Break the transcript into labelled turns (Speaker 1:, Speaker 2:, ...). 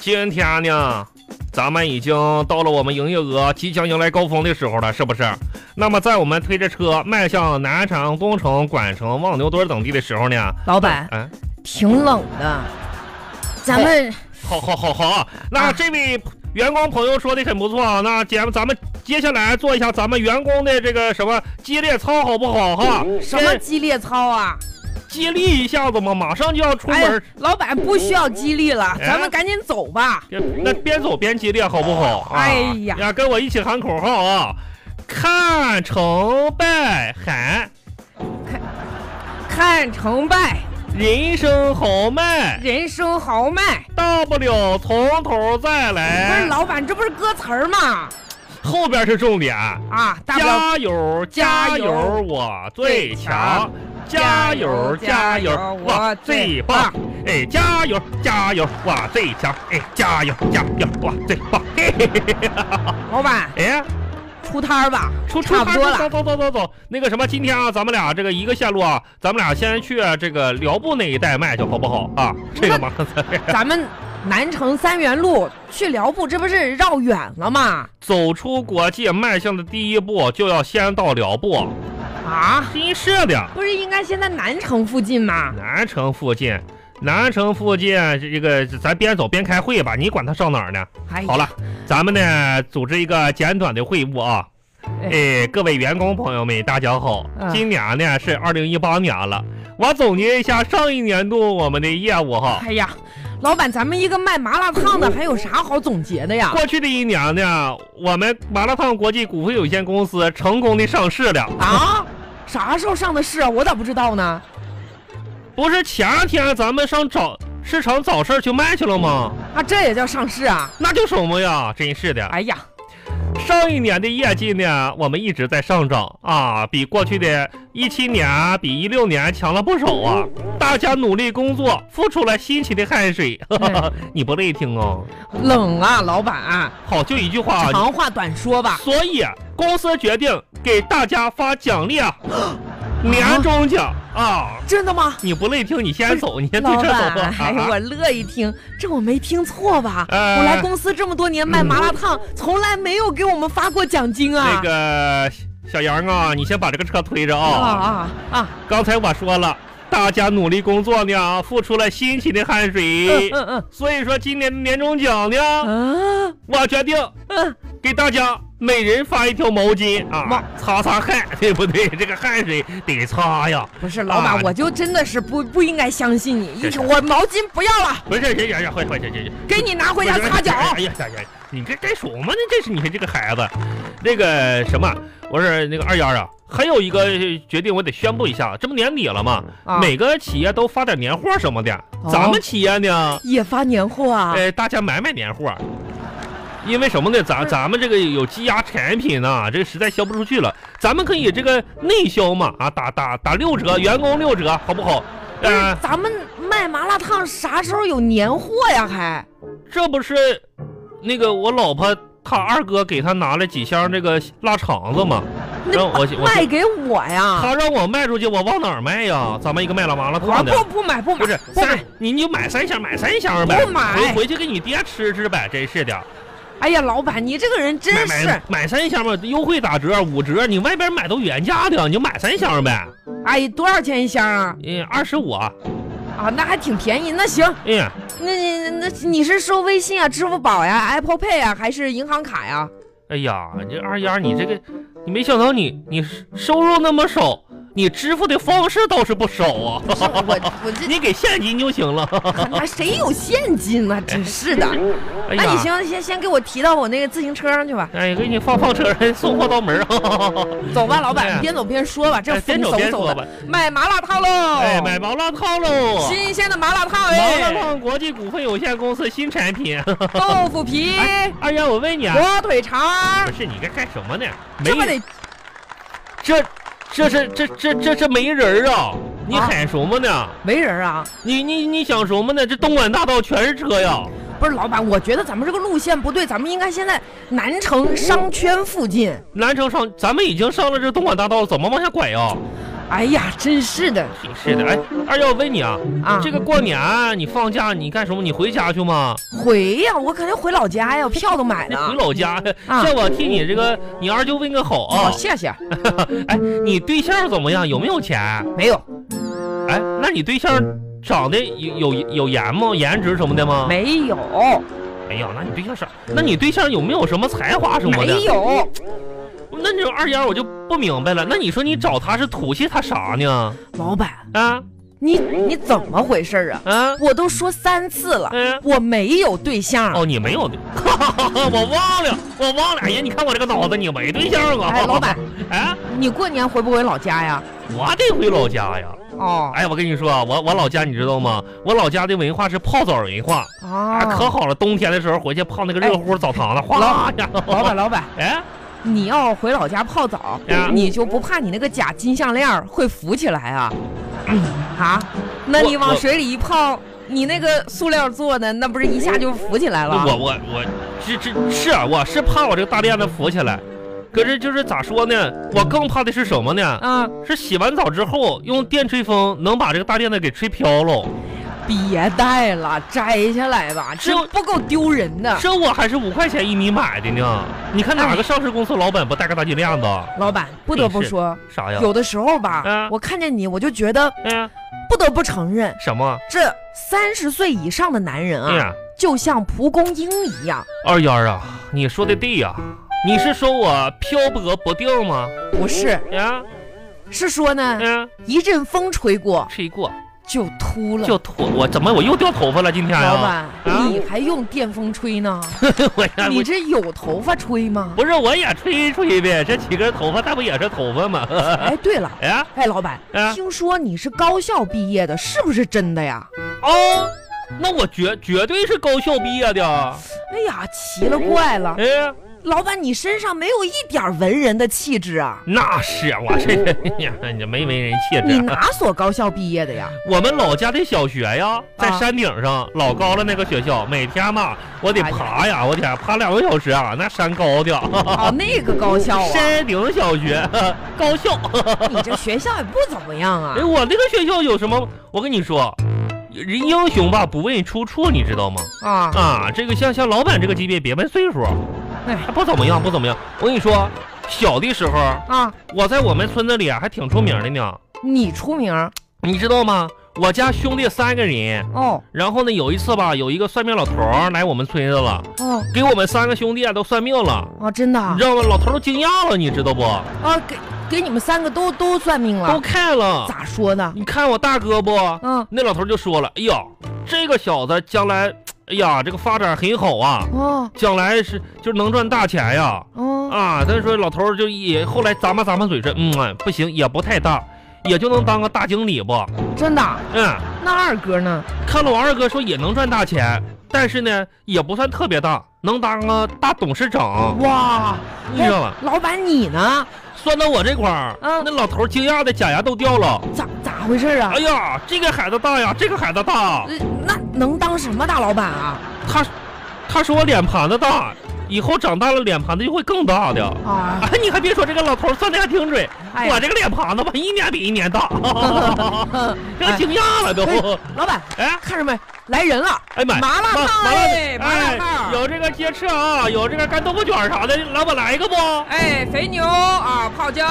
Speaker 1: 今天呢，咱们已经到了我们营业额即将迎来高峰的时候了，是不是？那么在我们推着车迈向南昌、东城、管城、望牛墩等地的时候呢，
Speaker 2: 老板
Speaker 1: 嗯，哎
Speaker 2: 挺冷的，咱们
Speaker 1: 好好好好啊，那
Speaker 2: 啊
Speaker 1: 这位员工朋友说的很不错啊，那姐咱们接下来做一下咱们员工的这个什么激烈操，好不好哈？
Speaker 2: 什么激烈操啊？
Speaker 1: 激励一下子嘛，马上就要出
Speaker 2: 哎
Speaker 1: 门
Speaker 2: 呀
Speaker 1: 儿，，
Speaker 2: 老板不需要激励了，
Speaker 1: 哎
Speaker 2: 咱们赶紧走吧。
Speaker 1: 别那边走边激烈，好不好？啊、
Speaker 2: 哎呀
Speaker 1: 呀，跟我一起喊口号啊！看成败喊，
Speaker 2: 看成败，
Speaker 1: 人生豪迈，
Speaker 2: 人生豪迈。
Speaker 1: 大不了从头再
Speaker 2: 不是
Speaker 1: 来。
Speaker 2: 老板，这不是歌词儿吗？
Speaker 1: 后边是重点，
Speaker 2: 啊，大不了
Speaker 1: 加油
Speaker 2: 加
Speaker 1: 加
Speaker 2: 油
Speaker 1: 油，我最强。加油
Speaker 2: 加
Speaker 1: 加
Speaker 2: 油
Speaker 1: 油，
Speaker 2: 我
Speaker 1: 我
Speaker 2: 最
Speaker 1: 最棒！哎，加油加油，我最强！哎，加油加油，我最棒！嘿嘿嘿嘿哈哈
Speaker 2: 老板
Speaker 1: 哎。
Speaker 2: 出摊儿吧，
Speaker 1: 出出
Speaker 2: 差不多
Speaker 1: 走
Speaker 2: 了。
Speaker 1: 走走走走，那个什么，今天啊，咱们俩这个一个线路啊，咱们俩先去这个辽埠那一带卖去，好不好啊？这个嘛，
Speaker 2: 咱们南城三元路去辽埠，这不是绕远了吗？
Speaker 1: 走出国际迈向的第一步，就要先到辽埠。
Speaker 2: 啊，
Speaker 1: 真是的，
Speaker 2: 不是应该先在南城附近吗？
Speaker 1: 南城附近，南城附近这个咱边走边开会吧，你管他上哪儿呢？
Speaker 2: 哎，
Speaker 1: 好了，咱们呢组织一个简短的会晤啊。哎，各位员工朋友们，大家好！
Speaker 2: 嗯
Speaker 1: 今年呢是二零一八年了，我总结一下上一年度我们的业务哈。
Speaker 2: 哎呀，老板，咱们一个卖麻辣烫
Speaker 1: 嗯
Speaker 2: 的，还有啥好总结的呀？
Speaker 1: 过去的一年呢，我们麻辣烫国际股份有限公司成功的上市了。
Speaker 2: 啊，啥时候上的市啊？我咋不知道呢？
Speaker 1: 不是前天啊咱们上早市场早市去卖去了吗？
Speaker 2: 啊，这也叫上市啊？
Speaker 1: 那叫什么呀？真是的，
Speaker 2: 哎呀，
Speaker 1: 上一年的业绩呢，我们一直在上涨啊，比过去的一七年、比一六年强了不少啊。大家努力工作，付出了辛勤的汗水， 呵呵呵你不累听哦。
Speaker 2: 冷啊，老板、
Speaker 1: 好，就一句话啊，
Speaker 2: 长话短说吧。
Speaker 1: 所以公司决定给大家发奖励 啊，年终奖啊。
Speaker 2: 真的吗？
Speaker 1: 你不累听，你先走，你先对
Speaker 2: 老
Speaker 1: 车走吧。
Speaker 2: 板，哎，
Speaker 1: 啊
Speaker 2: 我乐意听，这我没听错吧？
Speaker 1: 呃
Speaker 2: 我来公司这么多年卖麻辣烫，从来没有给我们发过奖金啊！
Speaker 1: 那个小杨啊，你先把这个车推着
Speaker 2: 啊
Speaker 1: 啊。
Speaker 2: 啊啊！
Speaker 1: 刚才我说了，大家努力工作呢，付出了辛勤的汗水，
Speaker 2: 嗯嗯
Speaker 1: 所以说今年的年终奖呢，
Speaker 2: 嗯啊
Speaker 1: 我决定
Speaker 2: 嗯，
Speaker 1: 给大家每人发一条毛巾
Speaker 2: 哇
Speaker 1: 啊，擦擦汗，对不对？这个汗水得擦呀。
Speaker 2: 不是老板
Speaker 1: 啊，
Speaker 2: 我就真的是不不应该相信你，
Speaker 1: 是
Speaker 2: 一
Speaker 1: 是
Speaker 2: 我毛巾不要了，
Speaker 1: 不是，行行行，快快行行行。
Speaker 2: 给你拿回家擦脚。
Speaker 1: 哎呀呀呀！你这干什么呢？这是你这个孩子，那个什么，我说那个二丫啊，还有一个决定我得宣布一下，这不年底了吗？
Speaker 2: 啊
Speaker 1: 每个企业都发点年货什么的，
Speaker 2: 哦
Speaker 1: 咱们企业呢，
Speaker 2: 也发年货啊？
Speaker 1: 呃，大家买买年货，因为什么呢？咱
Speaker 2: 不是
Speaker 1: 咱们这个有积压产品呐、这实在销不出去了，咱们可以这个内销嘛，啊，打打打六折，员工六折，好不好？
Speaker 2: 不是
Speaker 1: 呃，，
Speaker 2: 咱们卖麻辣烫啥时候有年货呀？还
Speaker 1: 这不是那个我老婆她二哥给她拿了几箱这个腊肠子嘛，
Speaker 2: 那
Speaker 1: 让哦我我
Speaker 2: 卖给我呀？
Speaker 1: 他让我卖出去，我往哪儿卖呀？咱们一个卖了麻辣
Speaker 2: 我
Speaker 1: 烫的，
Speaker 2: 啊不不买不买
Speaker 1: 不是
Speaker 2: 不买
Speaker 1: 三，，你你就买三箱，买三箱呗，
Speaker 2: 不买
Speaker 1: 回回去给你爹吃吃呗，真是的，
Speaker 2: 哎呀，老板你这个人真
Speaker 1: 买
Speaker 2: 是。
Speaker 1: 买买三箱吧，优惠打折五折，你外边买都原价的，你就买三箱呗，
Speaker 2: 阿姨，哎多少钱一箱啊？
Speaker 1: 嗯，二十五，
Speaker 2: 啊，那还挺便宜。那行，
Speaker 1: 嗯，
Speaker 2: 那那那你是收微信啊、支付宝呀、Apple Pay 啊，还是银行 卡呀？
Speaker 1: 哎呀，你这二丫你这个，你没想到你你收入那么少，你支付的方式倒是不少啊。
Speaker 2: 不是我我这
Speaker 1: 你给现金就行了。
Speaker 2: 那谁有现金 呢？真是的。
Speaker 1: 哎
Speaker 2: 那你，行，先先给我提到我那个自行车上去吧。
Speaker 1: 哎，给你放放车上，送货到门儿。
Speaker 2: 走吧，老
Speaker 1: 哎
Speaker 2: 板，
Speaker 1: 呀
Speaker 2: 边走边说吧，这
Speaker 1: 哎
Speaker 2: 风
Speaker 1: 边走
Speaker 2: 嗖
Speaker 1: 边
Speaker 2: 嗖
Speaker 1: 说
Speaker 2: 的
Speaker 1: 吧。
Speaker 2: 卖麻辣烫喽！
Speaker 1: 哎，买麻辣烫喽！
Speaker 2: 新鲜的麻辣烫
Speaker 1: 麻辣
Speaker 2: 哎，
Speaker 1: 烫国际股份有限公司新产品。
Speaker 2: 豆腐皮、
Speaker 1: 哎二丫，我问你啊，
Speaker 2: 火腿肠
Speaker 1: 不，是你该干什么呢？没
Speaker 2: 这不得
Speaker 1: 这这是这这这这没人儿啊！你
Speaker 2: 啊
Speaker 1: 喊什么呢？
Speaker 2: 没人啊？
Speaker 1: 你你你想什么呢？这东莞大道全是车呀！
Speaker 2: 不是老板，我觉得咱们这个路线不对，咱们应该先在南城商圈附近。
Speaker 1: 南城上，咱们已经上了这东莞大道了，怎么往下拐呀？
Speaker 2: 哎呀，真是的
Speaker 1: 真是的，哎，二幺，我问你啊，
Speaker 2: 啊！
Speaker 1: 这个过年你放假你干什么？你回家去吗？
Speaker 2: 回呀，我肯定回老家呀，我票都买
Speaker 1: 你回
Speaker 2: 了。
Speaker 1: 老家，
Speaker 2: 啊
Speaker 1: 这我替你这个你二舅问个好
Speaker 2: 好，
Speaker 1: 啊。
Speaker 2: 哦谢谢。
Speaker 1: 哎，你对象怎么样？有没有钱？
Speaker 2: 没有，
Speaker 1: 哎，那你对象长得有有有颜吗？颜值什么的吗？
Speaker 2: 没有，
Speaker 1: 哎呀，那你对象啥？那你对象有没有什么才华什么的
Speaker 2: 没？有。
Speaker 1: 那你说二丫我就不明白了。那你说你找他是图气他啥呢？
Speaker 2: 老板，
Speaker 1: 啊
Speaker 2: 你你怎么回事啊？
Speaker 1: 啊
Speaker 2: 我都说三次了，
Speaker 1: 嗯、
Speaker 2: 我没有对象。
Speaker 1: 哦，你没有的， 我忘了，我忘了。哎呀，你看我这个脑子，你没对象啊？
Speaker 2: 哎，老板，，
Speaker 1: 哎，
Speaker 2: 你过年回不回老家呀？
Speaker 1: 我得回老家呀。
Speaker 2: 哦，
Speaker 1: 哎，我跟你说啊，我我老家你知道吗？我老家的文化是泡澡文化，啊，可
Speaker 2: 啊，哎
Speaker 1: 好了，冬天的时候回去泡那个热乎乎澡堂子，哗啦呀，
Speaker 2: 老板，老板，
Speaker 1: 哎，
Speaker 2: 你要回老家泡澡
Speaker 1: 呀，
Speaker 2: 你就不怕你那个假金项链儿会浮起来啊？
Speaker 1: 嗯
Speaker 2: 啊，那你
Speaker 1: 我
Speaker 2: 往
Speaker 1: 我
Speaker 2: 水里一泡，你那个塑料做的，那不是一下就浮起来
Speaker 1: 我
Speaker 2: 了？
Speaker 1: 我我是这是啊，我是怕我这个大辫子浮起来，可是就是咋说呢？我更怕的是什么呢？
Speaker 2: 啊，
Speaker 1: 是洗完澡之后用电吹风能把这个大辫子给吹飘喽。
Speaker 2: 别戴了，摘下来吧，
Speaker 1: 这
Speaker 2: 这不够丢人的。
Speaker 1: 这我还是五块钱一米买的呢。你看哪个上市公司老板不戴个大金链子？
Speaker 2: 哎老板，不得不
Speaker 1: 真是
Speaker 2: 说，
Speaker 1: 啥呀？
Speaker 2: 有的时候吧
Speaker 1: 啊，
Speaker 2: 我看见你，我就觉得
Speaker 1: 哎呀，
Speaker 2: 不得不承认，
Speaker 1: 什么？
Speaker 2: 这三十岁以上的男人
Speaker 1: 哎
Speaker 2: 啊，
Speaker 1: 呀，
Speaker 2: 就像蒲公英一样。
Speaker 1: 二丫啊，你说的对呀、你是说我漂泊不定吗？
Speaker 2: 不是，
Speaker 1: 呀，
Speaker 2: 是说呢，
Speaker 1: 嗯，
Speaker 2: 一阵风吹过
Speaker 1: 吹过
Speaker 2: 就秃了。
Speaker 1: 就脱我怎么我又掉头发了？今天
Speaker 2: 老
Speaker 1: 呀，
Speaker 2: 板，
Speaker 1: 啊
Speaker 2: 你还用电风吹呢？
Speaker 1: 我呀，
Speaker 2: 你
Speaker 1: 我
Speaker 2: 这有头发 吹吗？
Speaker 1: 不是我也吹吹呗，这几根头发那不也是头发吗？
Speaker 2: 哎，对了，
Speaker 1: 哎呀，
Speaker 2: 哎，老板，
Speaker 1: 啊
Speaker 2: 听说你是高校毕业的，是不是真的呀？
Speaker 1: 哦，那我绝绝对是高校毕业的。
Speaker 2: 哎呀，奇了怪了，
Speaker 1: 哎呀，
Speaker 2: 老板，你身上没有一点文人的气质啊！
Speaker 1: 那是啊我这个 哎呀，你没没人气
Speaker 2: 你
Speaker 1: 质。
Speaker 2: 哪所高校毕业 的呀？
Speaker 1: 我们老家的小学
Speaker 2: 啊
Speaker 1: 呀，在山顶上，老高了那个学校，每天嘛，我得爬呀，我天，爬两个小时啊，那山高的，
Speaker 2: 哦，那个高校啊，
Speaker 1: 山顶小学 高校。
Speaker 2: 你这学校也不怎么样啊
Speaker 1: 哎，。我那个学校有什么？我跟你说，人英雄吧不问出处，你知道吗？
Speaker 2: 啊，
Speaker 1: 啊，这个像像老板这个级别，别问岁数，
Speaker 2: 哎
Speaker 1: 哎，不怎么样，不怎么样。我跟你说，小的时候
Speaker 2: 啊，
Speaker 1: 我在我们村子里啊还挺出名的呢，
Speaker 2: 你出名儿
Speaker 1: 你知道吗？我家兄弟三个人。
Speaker 2: 哦
Speaker 1: 然后呢，有一次吧，有一个算命老头儿来我们村子了，
Speaker 2: 哦
Speaker 1: 给我们三个兄弟啊都算命了，
Speaker 2: 哦，真的
Speaker 1: 你
Speaker 2: 啊
Speaker 1: 知，道吗？老头儿都惊讶了，你知道不？
Speaker 2: 啊给给你们三个都都算命
Speaker 1: 都
Speaker 2: 了，
Speaker 1: 看了，
Speaker 2: 咋说的？
Speaker 1: 你看我大哥不？
Speaker 2: 嗯
Speaker 1: 那老头儿就说了，哎呀，这个小子将来，哎呀，这个发展很好啊，
Speaker 2: 哦
Speaker 1: 将来是就是能赚大钱呀。
Speaker 2: 哦
Speaker 1: 啊，他说老头儿就也后来咂巴咂巴嘴说，嗯，哎不行，也不太大，也就能当个大经理不？
Speaker 2: 真的啊。
Speaker 1: 嗯，
Speaker 2: 那二哥呢？
Speaker 1: 看了我二哥说也能赚大钱，但是呢也不算特别大，能当个大董事长，
Speaker 2: 哇，
Speaker 1: 你知道吧？
Speaker 2: 老板你呢？
Speaker 1: 算到我这块儿，
Speaker 2: 嗯
Speaker 1: 那老头儿惊讶的假牙都掉了。
Speaker 2: 咋咋回事啊
Speaker 1: 哎？呀，这个孩子大呀，这个孩子大，
Speaker 2: 呃那能当什么大老板啊？
Speaker 1: 他他说我脸盘子大，以后长大了脸盘子就会更大的。
Speaker 2: 啊，
Speaker 1: 哎，你还别说，这个老头儿算的还挺准，
Speaker 2: 哎呀
Speaker 1: 我这个脸盘子吧，一年比一年 大，
Speaker 2: 嗯
Speaker 1: 这个惊讶了都。
Speaker 2: 老板
Speaker 1: 哎
Speaker 2: 看着没？来人了，
Speaker 1: 哎妈呀！
Speaker 2: 麻辣
Speaker 1: 麻
Speaker 2: 烫
Speaker 1: 麻辣
Speaker 2: 哎，麻辣
Speaker 1: 哎，
Speaker 2: 烫，
Speaker 1: 有这个鸡翅啊，有这个干豆腐卷啥的，老板来一个不？
Speaker 2: 哎，肥牛啊，泡椒，